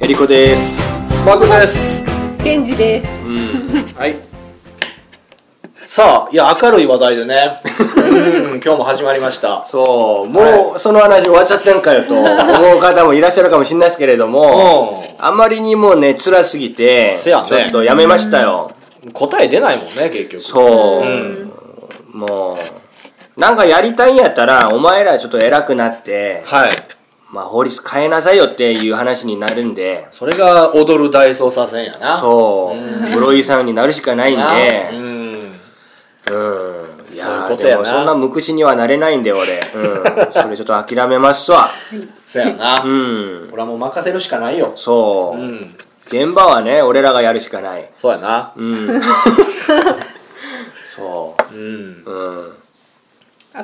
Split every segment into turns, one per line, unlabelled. えりこです。
マグです。
ケンジです。
はい。
さあ、いや、明るい話題でね。うん、今日も始まりました。
そう、もう、
は
その話終わっちゃってんかよと思う方もいらっしゃるかもしれないですけれども、
う
あまりにもね、辛すぎて、ち
せ
ょ
やね
っとやめましたよ。
ん。答え出ないもんね、結局。
そう、
ん
もう、なんかやりたいんやったら、お前らちょっと偉くなって、
はい。
まあ法律変えなさいよっていう話になるんで、
それが踊る大捜査線やな。
そう、室井さんになるしかないん
な
で、
うん。
うん。いや
そういう
ー
ことや
で
な
もそんな無口にはなれないんで、俺。うん。それちょっと諦めますわ。
そやな。
うん。
俺はもう任せるしかないよ。
そう。
うん。
現場はね俺らがやるしかない
そうやな。
うん そ
うん。
ううん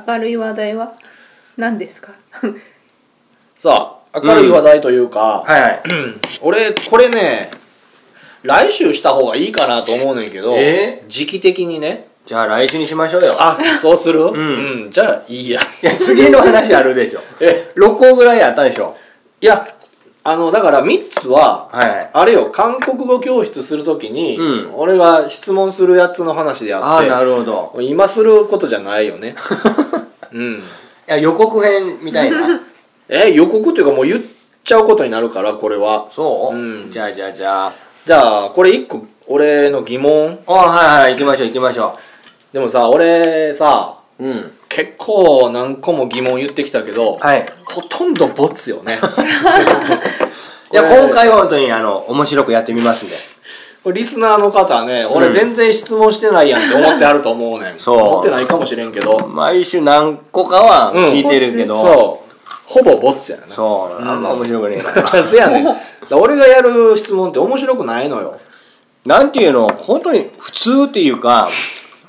明るい話題は何ですか
さあ、明るい話題というか、
はいはい
俺、これね、来週した方がいいかなと思うねんけど、
え
時期的にね。
じゃあ来週にしましょうよ
あ、そうする
ん
うん。じゃあ、いいや。
いや次の話あるでしょ
え
6個ぐらいあったでしょ
いや、あの、だから3つは、
はいはい
あれよ、韓国語教室するときに、
うん
俺が質問するやつの話であ
あ
っ
あ
て、
なるほど
今することじゃないよ ね。うん。
いや予告編みたいな
え、予告というかもう言っちゃうことになるから、これは。
そう、
うん
じゃあじゃあじゃあ
じゃあ、これ1個、俺の疑問。
あはいはい行きましょう行きましょ
でもさ、俺さ、
ううん
結構何個も疑問言ってきたけど、
はい
ほとんどボツよ ね。
いや今回は本当にあの面白くやってみますんで
これリスナーの方ね、俺全然質問してないやんって思ってあると思うねん。
そう
思ってないかもしれんけど。
毎週何個かは聞いてるけど、
そう。ほぼボツやな。
そうあんま面白くねえな
せやねん。だから俺がやる質問って面白くないのよ。
なんていうの、本当に普通っていうか、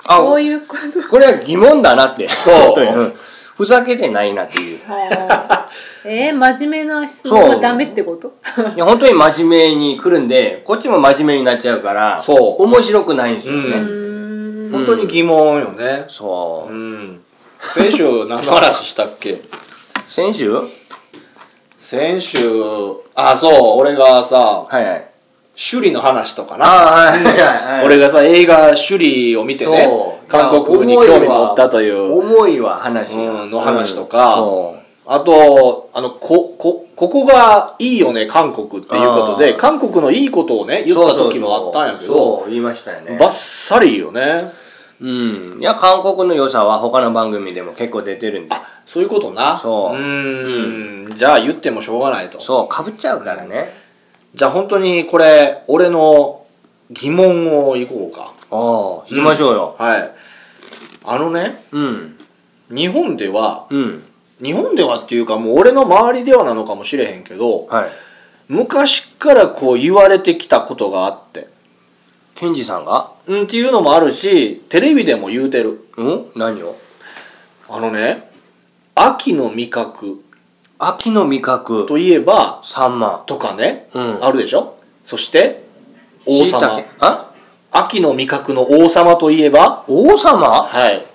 あ、
こう
こ
いうこ と
れは疑問だなって。
う
本当にんふざけてないなっていう。い
えー、真面目な質問はダメってこと
や、本当に真面目に来るんで、こっちも真面目になっちゃうから、
そう
面白くないんですよね。
本当に疑問よね。
そうう。
ん。先週何の話したっけ
先週は
先週、あ、そう、俺がさ、
いはい。
趣里の話とかな。
ああ、はいはいはい。
俺がさ、映画趣里を見てね
そう、
韓国に興味持ったという、
重いわ、話が。
うんの話とか
うんそう。
あと、あの、こ、こ、ここがいいよね、韓国っていうことで、
あー
韓国のいいことをね、言った時もあったんやけど、
そう、言いましたよね。
バッサリよね。
うん。いや、韓国の良さは他の番組でも結構出てるんで。
そういうことな。
そう
ーん。じゃあ言ってもしょうがないと。
そう、かぶっちゃうからね。
じゃあ本当にこれ、俺の疑問をいこうか。
ああ、行きましょうよ。
はい。あのね、
うん。
日本では、
うん。
日本ではっていうかもう俺の周りではなのかもしれへんけど、
はい。
昔からこう言われてきたことがあって。
ケンジさんが
うんっていうのもあるし、テレビでも言うてる。
ん何を
あのね、秋の味覚
秋の味覚
といえば、
サンマ
とかね、
うん
あるでしょそして、王
椎
様
茸。あ
秋の味覚の王様といえば
王様
はい。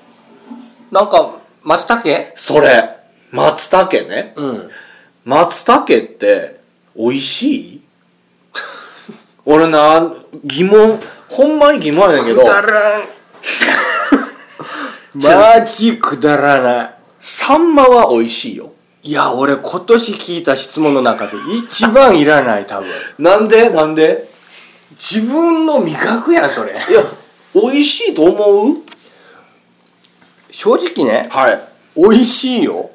なんか松茸
それ、松茸ね。
うん
松茸って、美味しい俺な、疑問、ほんまに疑問やねんけど、
らんマジくだらな
サンマは美味しいよ。
いいや俺今年聞いた質問の中で一番いらない多分
なんでなんで
自分の味覚やんそれ
いや、美味しいと思う
正直ね
はい。
美味しいよ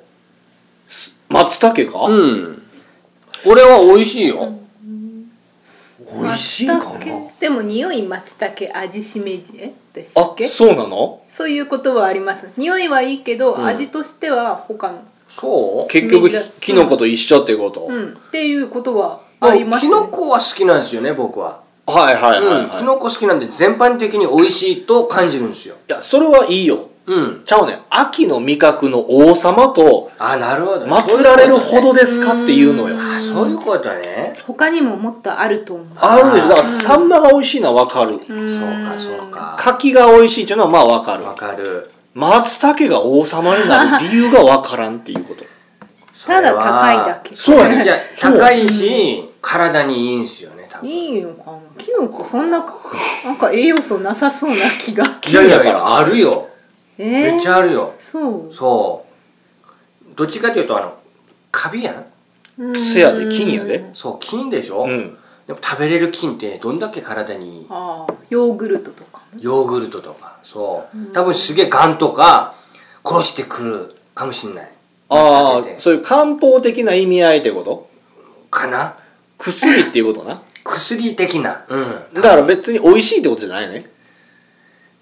松茸か、
うん俺は美味しいよ
美味しいかな
松茸でも匂い松茸味しめじえでした
あ
っ、けそ
そうなの
ういう言葉はあります匂いはいいけど、味としては他の
そう
結局
みんなうん、
キノコと一緒ってこと、
うんっていうことはあります
キ
ね
ノコは好きなんですよね僕は
はいはいはい、
うん、
はい
キノコ好きなんで全般的に美味しいと感じるんですよ。
いや、それはいいよ。
うん。
ちゃうねん。秋の味覚の王様と、
あ、なるほど。
祀られるほど
で。
ですかっていうのよ。
あ、そういうことね。
他にももっとあると思う
あるでしょ。だから、サンマが美味しいのはわか
そ
る。
うか、そうか。
柿が美味しいっていうのはまあわかる
わ。かる。
松茸が王様になる理由がわからんっていうこと。
それ
た
は
だ高いだけ
そうやねん。
いや、
そう
高いし、体にいいんすよね多分
いいのかなキノコそんななんか栄養素なさそうな 気が
いやいやいやあるよ、
えー、
めっちゃあるよ
そう
そうどっちかというとあのカビやん
うん
せやで金やで
そう菌でしょ、
うん
でも食べれる菌ってどんだけ体にいい
ああヨーグルトとか
ヨーグルトとかそう多分すげえガンとか殺してくるかもしんない
ああそういう漢方的な意味合いってこと
かな
薬っていうことな
薬的なうん
だから別に美味しいってことじゃないよね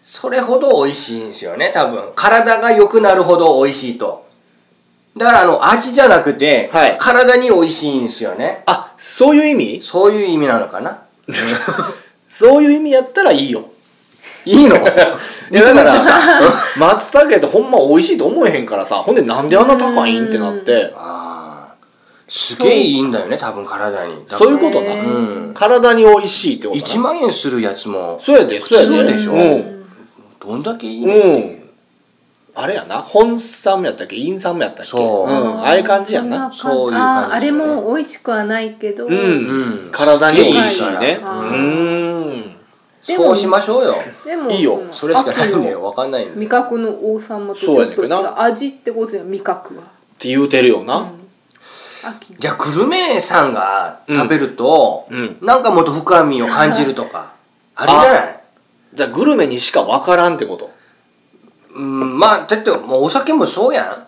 それほど美味しいんですよね多分体が良くなるほど美味しいとだからあの味じゃなくて、
はい
体に美味しいんですよね
あそういう意味
そういう意味なのか な
そういう意味やったらいいよ
い いの
いやだから 松茸ってほんま美味しいと思えへんからさほんでなんであんな高いんってなって
あーすげえいいんだよね多分体に多分
そういうことな、
へ
うん
体に美味しいってこと
1
な
万円するやつも
そうやでそうやで
そうでしょ
うん、
どんだけいいのっていう、
あれやな本酸やったっけ陰酸やったっけ
そう
うん、ああいう感じやな
そん
そういう感
あ
じ
ーあれも美味しくはないけど、
うん、
うん
体に美味しい
すげえい
ね
いうから
ーん
でも
そうしましょうよ
でも
いいよ
の
それしかないんだ
秋
よ
の
わかんないんだよ
味覚の王様とち
そう
ょ
や
っ
ねん
と
け
違
どな
う味ってことじゃん味覚は
って言うてるよな、
秋の
じゃあグルメさんが食べると、
うん
なんかもっと深みを感じるとかあれじゃない
じゃあグルメにしか分からんってこと
うんまあだってもうお酒もそうやん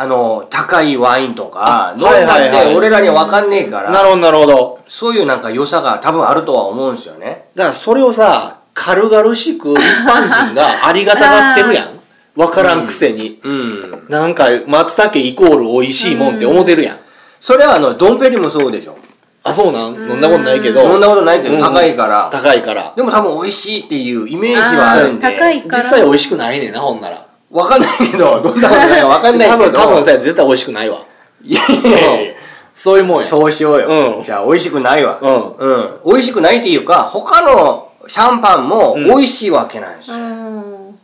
あの高いワインとか飲ん
はいはいはい
だって俺らには分かんねえから、
なるほどなるほど
そういうなんか良さが多分あるとは思うんですよね
だからそれをさ軽々しく一般 人がありがたがってるやん分からんくせに、
うん
なんか松茸イコール美味しいもんって思ってるやん、
それはあのドンペリもそうでしょ
あそうなん飲んだことないけど
飲んだことないけ
う
ど
ん
高いから、
高いから
でも多分美味しいっていうイメージはあるんで
あー高い
実際美味しくないねんなほんなら
分かんないけどどんなことないか分かんないけ
多
ど
分多分さ絶対美味しくないわ
いやいやいやいや
そういうもんや
そうしようよ、
うん
じゃあ美味しくないわ
う
うん美味しくないっていうか他のシャンパンも美味しいわけなんですよ、
うん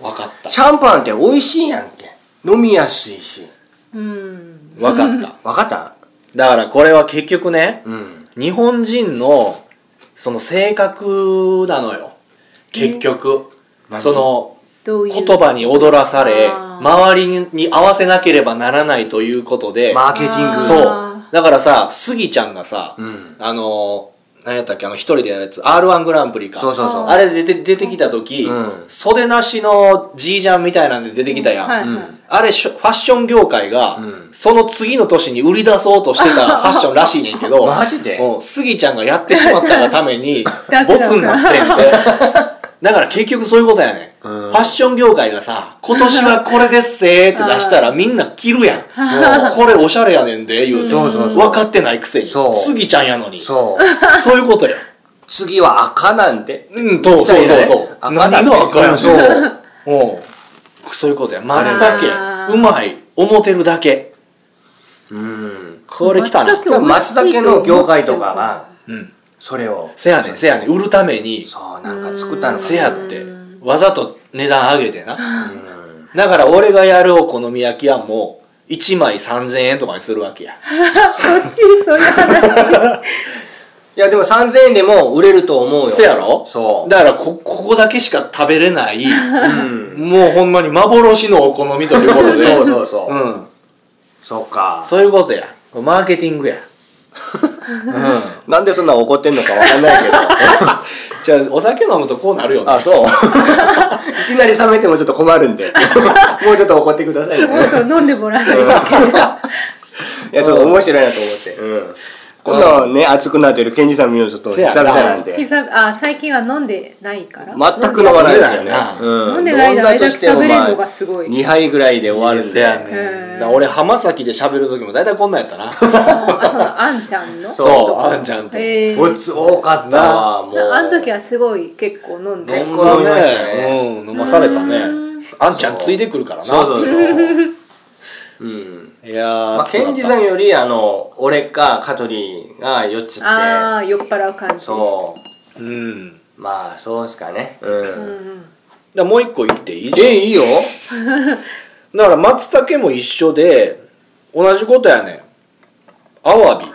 分かった
シャンパンって美味しいやんけ飲みやすいし
うん
分かった
わかった
だからこれは結局ね
うん
日本人のその性格なのよ結局
何
その
どういう
言葉に踊らされ
あー
周りにに合わせなければならないということで
マーケティング
あー
そうだからさスギちゃんがさ
うん
あのー何やったっけあの一人でやるやつ r 1グランプリか
そうそうそう
あれで出て出てきた時、
うん
袖なしのじいちゃんみたいなんで出てきたやん、
はいはい
あれしょファッション業界が、
うん
その次の年に売り出そうとしてたファッションらしいねんけ ど
マジで
うんスギちゃんがやってしまったがために
ら
ボツになってんてだから結局そういうことやね、ん
うん
ファッション業界がさ今年はこれですせーって出したらみんな着るやんこれおしゃれやねんで言うて
そうそうそう
分かってないくせに
そう
スギちゃんやのに
そう
そういうことや
次は赤なんで
うん、そうそうそうそう。
赤だ
何
って
が赤やねん。
そう
おうそういうことや。松
あ
茸、
ー
うまい、思てるだけ。
うん
これ来たな
松。
じゃあ松茸の業界とかが
うん。
それを
せやねん、せやねん。売るために、
そうなんか作ったのかな
せやって、わざと値段上げてな。
うん
だから俺がやるお好み焼きはもう、1枚3000円とかにするわけや。
そっちそういう話
いやでも3000円でも売れると思うよ
せやろ
そう
だからこ、ここだけしか食べれない、
うん
もうほんまに幻のお好みということで。
そうそうそう、
うん。
そうか
そういうことや。マーケティングや。 うん。
なんでそんな怒ってんのかわかんないけど
じゃあお酒飲むとこうなるよ ね
あ そういきなり冷めてもちょっと困るん でもうちょっと怒ってくださいね
もっと飲んでもらえない
いやちょっと面白いなと思って、うん、こんなね熱くなってるケンジさん見るのちょっと久々なんで
久々あ最近は飲んでないから
全く飲まないですよね
飲んでないな
飲んだとしても
あれだけ喋れんのがすごい
まあ2杯ぐらいで終わるん
せ
で
やねん
へー
だから俺浜崎で喋る時も大体こんなんやったな
あそのあんちゃんの
そうあんちゃんと
へえ
おつ多かったわもう
あの時はすごい結構飲んで
飲ん
結
だ
構
飲みましたね
ねうん飲まされたねあんちゃんついてくるからな
そうそう そううん
いやー
まあ、ケンジさんよりあの俺か香取が酔っちゃっ
ああ酔っ払う感
て
じ
そ
うんだか
うまあそうですかねうん、
らもう一個言っていい
えいいよ
だから松茸も一緒で同じことやねんアワビ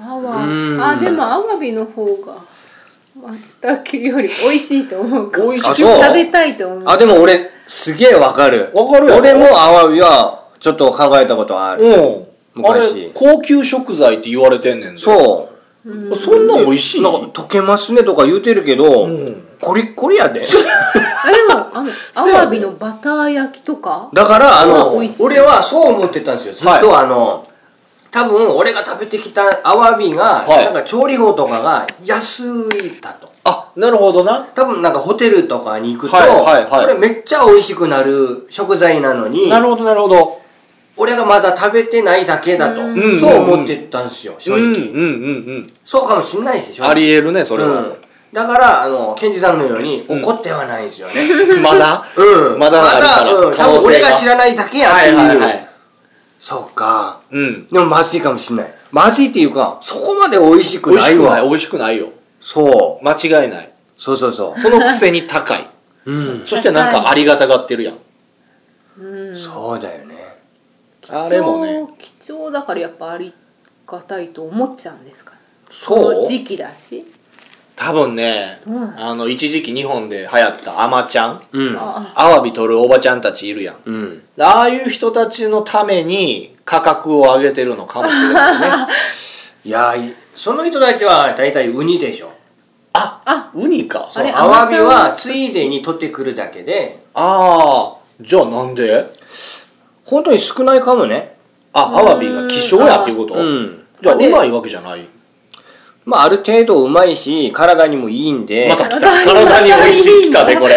あわ
うん
あでもアワビの方が松茸より美味しいと思うか
美味しい
あ
あ
そう
食べたいと思う
あ、でも俺、すげえわかる。
わかるやろ
俺もアワビは、ちょっと考えたことある。
うんあ
昔
れ高級食材って言われてんねんで
そう。
うそんなん美味しい
なんか溶けますねとか言うてるけど、
うん
コリッコリや で。
あでもあのアワビのバター焼きとか
だから、あの、
まあ美味しい
俺はそう思ってたんですよ。ずっと、あの、多分俺が食べてきたアワビが、
はい
なんか調理法とかが安いだと。
あなるほどな
多分なんかホテルとかに行くと、
はいはいはい
これめっちゃ美味しくなる食材なのに、
なるほどなるほど
俺がまだ食べてないだけだと、
ん
そう思ってたんですよ、正
う
直。
んうんうんうん
そうかもしんないですよ、正直
ありえるねそれ
う
は
ん、だからあのケンジさんのように
うん
怒ってはないんです よね、
まだ
うん
まだあるから
うん、
可
多
能性が
分俺が知らないだけやっていう、
い
そうか
うん
でもまずいかもしんないまずいっていうかそこまで美味しく
美味
な
し
い
くない
わ
美味しくないよ
そう
間違いない
そうそうそ
そのくせに高い
ううん
そしてなんかありがたがってるやん
うん
そうだよね
あれもね
貴重貴重だからやっぱありがたいと思っちゃうんですかねこ
そう
の時期だし
多分ね
どうな
あの一時期日本で流行ったアマちゃん
うん
あ
アワビ取るおばちゃんたちいるやん
うん
ああいう人たちのために価格を上げてるのかもしれ ないね
いやいその人たちは大体ウニでしょ
あ
あ
ウニか
あれ
アワビ
アマチュア
は
は
ついでに取ってくるだけで
ああじゃあなんで
本当に少ないかもね
あアワビが希少やっていうこと
うん
じゃあう
で
まいわけじゃない
まあある程度うまいし体にもいいんで
また来た体に美味しいきたねこれ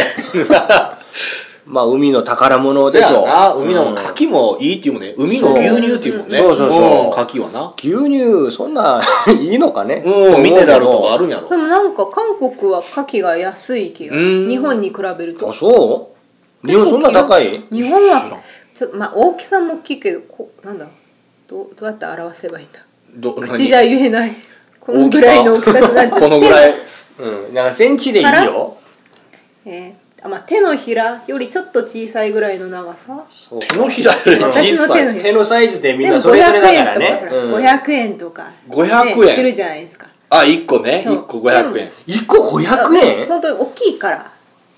まあ海の宝物
で
でし
し
ょ
ょな海の
うん
牡蠣もいいっていうもんね海の牛乳っていうもんね
そうそうそうそうん
牡蠣はな
牛乳そんな いいのかね
うんミネラルとかあ
る
るんやろ
でもなんか韓国は牡蠣が安い気が
うん
日本に比べると
あそう日本そんな高い
日本
知らん
はちょっとまあ大きさも大きいけどこうなんだろうどうどうやって表せばいいんだ
ど
口
何
では言えないこのぐらいの大きさになっち ゃ
このぐらい
うんなんかセンチでいいよ
えーあまあ、手のひらよりちょっと小さいぐらいの長さ
手のひらより
私
小
の
さ
手
い
のひら
手のサイズでみん
でも
な
500
それぞれだか
円
ら
とか
ね
ほら、
うん
500円とか、ね、
500円
するじゃないですか
あ一1個ね
そう
1個500円
一個500円
本当に大きいから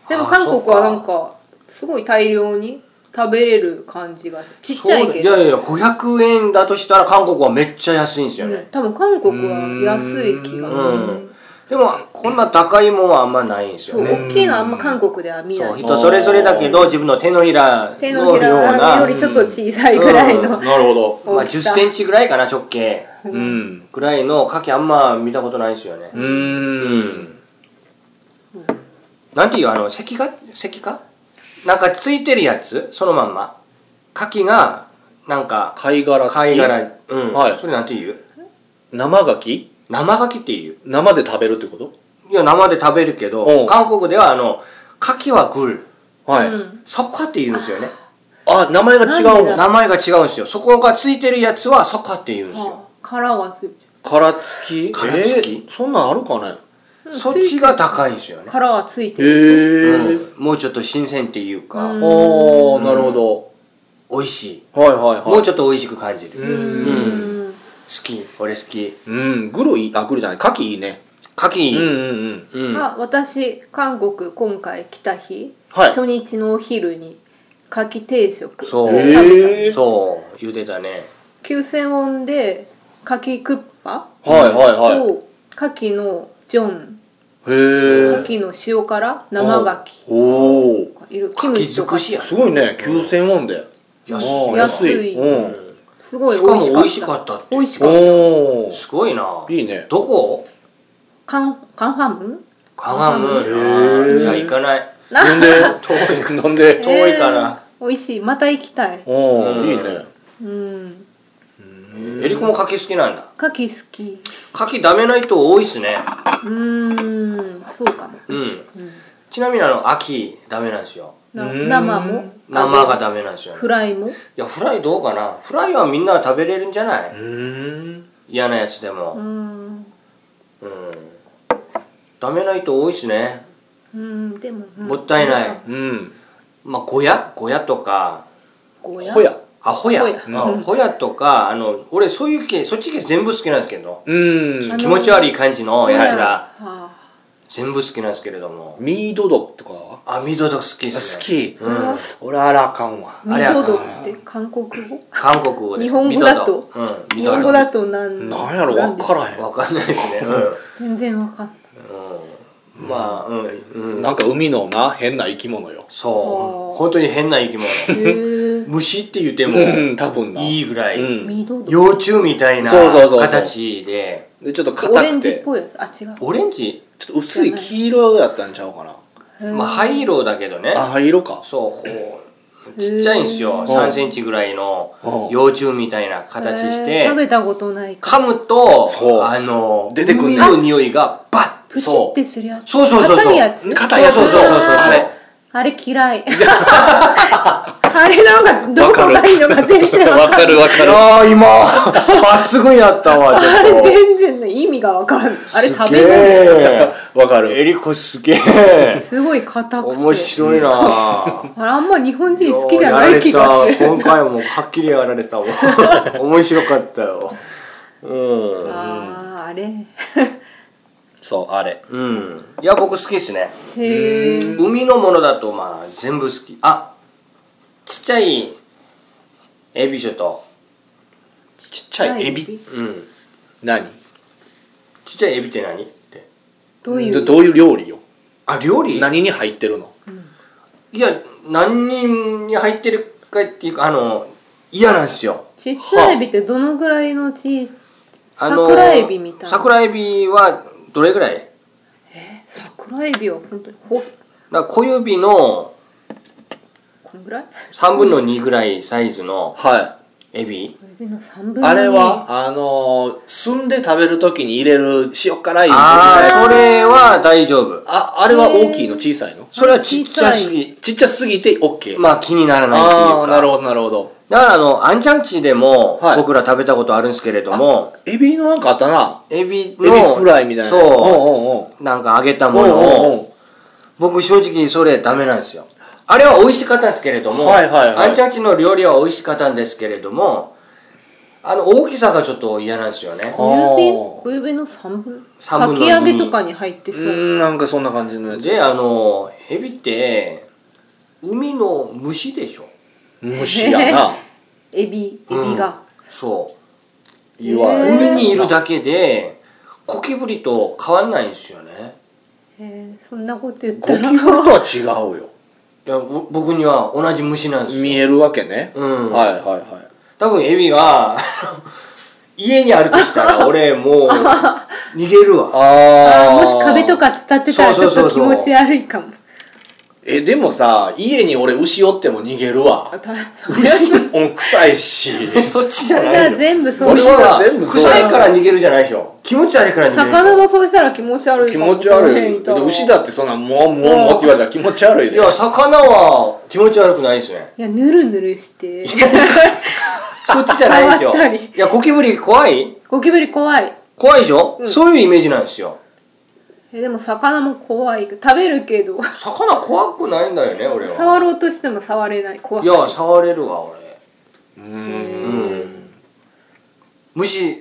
でも
あー
韓国はなんかすごい大量に食べれる感じがちっちゃい
そう
け
い
ど
やいや500円だとしたら韓国はめっちゃ安いんですよ
うん
ね
多分韓国は安い気が
うんでもこんな高いもんはあんまないんです
そ
よ
う
ね
大きいのはあんま韓国では見な
そう
い
人それぞれだけど自分の手のひら
手の
の
ひ
よう
ら
な
よりちょっと小さいぐらいの、
う
なるほど
まあ、
大き
10
さ
センチぐらいかな直径
うん
ぐらいの牡蠣あんま見たことないんですよね、
うーん
なんていうあの石化石化なんかついてるやつそのまんま牡蠣がなんか
貝殻付
貝
き
殻うん、
はい
それなんていう
生牡蠣
生牡蠣っていう
生で食べるってこ
いや生で食べるけ
お
ど
う
韓国ではあの牡蠣はグル
とはい、
うん
そこって言うんですよね
あ名前が違う
なんで
の
だ
名前が違うんですよそこがついてるやつはそこって言うんですよ
はあ、殻がついて
殻付き
殻付き
えーそんなんあるかね
る
そっちが高いんですよね、
殻はついて
へ
る、
えー
うんもうちょっと新鮮っていうか、
うん
ああなるほ
美味しい
どはいはいはい
もうちょっと美味しく感じる、好
う
うん
ん
き俺好き
うんグロいいあグロじゃない牡蠣いいね
牡
う
蠣
んうんうん
うん、
あ私韓国今回来た日、
はい
初日のお昼に牡蠣定食
そう、
へえー、
そう言うてたね
9000ウォンで牡蠣クッパ
はいはいはい
と牡蠣のジョン
へえ
牡蠣の塩辛生牡
おお
蠣がいる
牡蠣尽くしやね
すごいね9000ウォンで
安い
あー
安い
うん
すごい
しかも
美
美味
味し
し
か
か
っ
ったたって
美味しかった
おお
すごいないい
いね
どこ
カンカンファム
カガム
へ
ー
ー
じゃあ行かない
な んで遠いなんで
遠いか
えー
ら、
美味しいまた行きたい
おお
うん
いいね
うん
えりこも牡蠣好きなんだ
牡蠣好き
牡蠣ダメない人多いっすね
うーんそうかも
うん、ちなみにあの秋ダメなんですよ
な
うん
生も
生がダメなんですよね
フライも
いやフライどうかなフライはみんな食べれるんじゃないう
ーん
嫌なやつで
う
も
ん
うん、ダメない人多いっすね
うんでも、うん
もったいない
うん
まあ、小屋小屋とか
ゴヤ
ほや
アホや
アホや
うんアホやとかあの俺そういう系そっち系全部好きなんですけど
うん
あの
気持ち悪い感じのやつら
は
全部好きなんですけれども
ミードドとかは
あミドド好きです
好
ね
き、
うん、
俺あらあかんわ
あミ
あれや
ドド
か
って韓国語
韓国語です
日本語だと
ミドドうん、
日本語
と
だとなん
なんやろ分からへん
わかんないですね
全然わかんない
うん、うん、まあうんうん
なんか海のな変な生き物よ
そう
あー
本当に変な生き 物
へえ
虫って言っても
うん多分ない
いぐらい、
うん
ミドド
幼虫みたいな
そうそうそうそう
形で
でちょっと
オ
硬
レ
く
ンジってぽいやつあ違う
オレンジ、
ちょっと薄い黄色やったんちゃうかな
へー
まあ、灰色だけどね
あ灰色か
そうこうちっちゃいんですよ
ん
3センチぐらいの
うん
幼虫みたいな形し
へー
て
食べたことないから
噛むと
そう
あの
出てくんね
海の匂いがバッ
プチ
そう
ってするやつ
そうそうそうそう
硬いやつ
硬いやつ
そうそうそうそう
あ
あ
れ
れ
あれ嫌いあれの方がどこ
わ
が
かる
いいのか全然わ
わ
かん
かるわかる
あー今抜群やった わちょっ
あれ全然ね意味がわかんないあれ食べ
と
物
え
わか
え
る
エリコすげえ
すごい硬くて
面白いなあ
あれあんま日本人好きじゃない気が
やら
する
れた今回もはっきりやられたわ面白かったようん
あーあれ
そうあれ
うんいや僕好きですね
へえ
海のものだとまあ全部好きあちっちゃいエビちょっと
ちっちゃいエビ
うん
何
ちっちゃいエビって何って
どうい
ど
う
どういう料理よ
あ料理
何に入ってるの
いや何人に入ってるかっていうかあの嫌なんですよ
ちっちゃいエビってどのぐらいのち
あの
桜エビみたいな
桜エビはどれぐらい
桜エビは本当にほ
だから小指の
こんぐらい
3分の2ぐらいサイズの
は
エビ
小指の3
い
分の2
あれはあのー澄んで食べる時に入れる塩辛い
ああ
あ
それは大丈夫
ああれは大きいの小さいの
それはちっちゃすぎ
ちっちゃすぎて OK
まあ気にならないっていう
ああ
か
なるほどなるほど
だからあの、アンちゃんちでも、
はい
僕ら食べたことあるんですけれども、
エビのなんかあったな
エビ
エビ
の、
フライみたいな
そうう、なんか揚げた
んうん
も
うんうん
の
うん
を、僕正直それダメなんですよ。あれは美味しかったんですけれども、
はいはいはい
アンちゃんちの料理は美味しかったんですけれども、あの、大きさがちょっと嫌なんですよね。
小指
あー
小指の3分
3分の
か
2
き揚げとかに入って
う
そう、
んなんかそんな感じのやつ
で、あの、エビって、海の虫でしょ
虫やな
エビエビが、
そう。
言われる
海にいるだけで、ゴキブリと変わんないんですよね。
えーそんなこと言っ
ゴキ
た
ブリ
ら
とは違うよ
いやぼ僕には同じ虫なんですよ
見えるわけね
うん
はいはいはい
多分エビが家にあるとしたら俺もう逃げるわ
あ
も
ー
し壁とか伝ってたらち
そ
ょ
うそ
っと
う
気
そうそう
持ち悪いかも
えでもさ家に俺牛おっても逃げるわ
あたそれは
牛うん臭いし
そっちじゃ
そ
な
れ
い
は
の
全部そう
それ
虫は
全部そう
臭いから逃げるじゃないでしょ気持ち悪いから逃げる
魚もそうしたら気持ち悪い
気
かも
持ち悪
その辺
い
たら
で牛だってそんなもうもうもうって言われたら気持ち悪い
い
で
や魚は気持ち悪くないですね
いやぬるぬるして
そっちじゃないですよ
触ったり
いやゴキブリ怖い
ゴキブリ怖い
怖いでしょ、
うん
そういうイメージなんですよ
えでも魚も怖い食べるけど
魚怖くないんだよね俺は
触ろうとしても触れない怖
いや触れるわ俺
うん
うん虫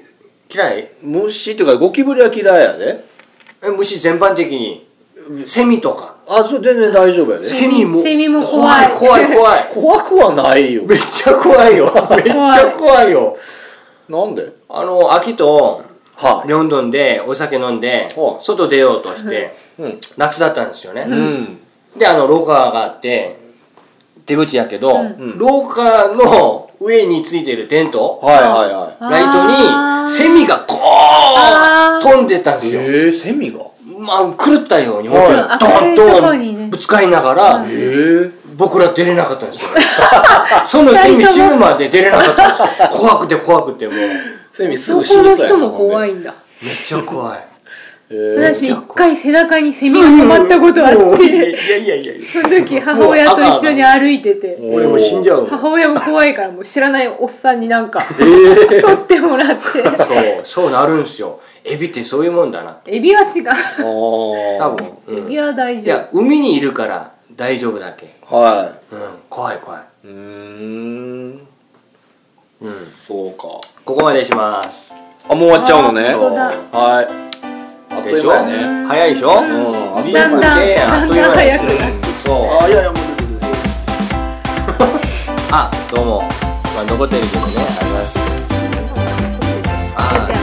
嫌い
虫というかゴキブリは嫌いやで
え虫全般的にセミとか
あそれ全然大丈夫やで
セミも
セミも怖い
怖い怖い怖い
怖くはないよ
めっちゃ怖いよめっちゃ怖いよ
なんで
あの秋と
は
ロンドンでお酒飲んで
ほう
外出ようとして
いうん
夏だったんですよ
う
ね
ん
であの廊下があって出口やけど
ん
廊下の上についてるテント
はいはいはい
あー
ライトにセミがゴーン
あー
飛んでったんですよ
えー、セミが
まあ狂ったように本
は
当
い
にド
明るいとこ
ン
に
ド
ね
ンぶつかりながら
えー、
僕ら出れなかったんですよ そのセミ死ぬまで出れなかったんですよ怖くて怖くてもうめっ
セミすぐ死
男
ぬ
の
さや
人も怖いんだ
ちゃ怖い
えー、
私一回背中にセミが止まったことあっ
いや
て
いやいやいや
その時母親と一緒に歩いてて
俺もう死んじゃうもんそ
母親も怖いからもう知らないおっさんになんか取ってもらって
うそうなるんすよエビってそういうもんだな
エビは違う
あー
多分、う
エ
ん、い
ビは大丈夫
や海にいるから大丈夫だっけ
は
うん怖い怖い
いうーん
うん
そうか
ここまでします
あもう終わっちゃうのね
あ本当だ
はいあっと
で
いう
しょ
間やね
早いでしょ
うんあっという
だん
間や
だん
であっという間です
だんだん早
そう
あいやいやもう出てくる
あどうも、まあ、残ってるけどねありがとうございますあー
だって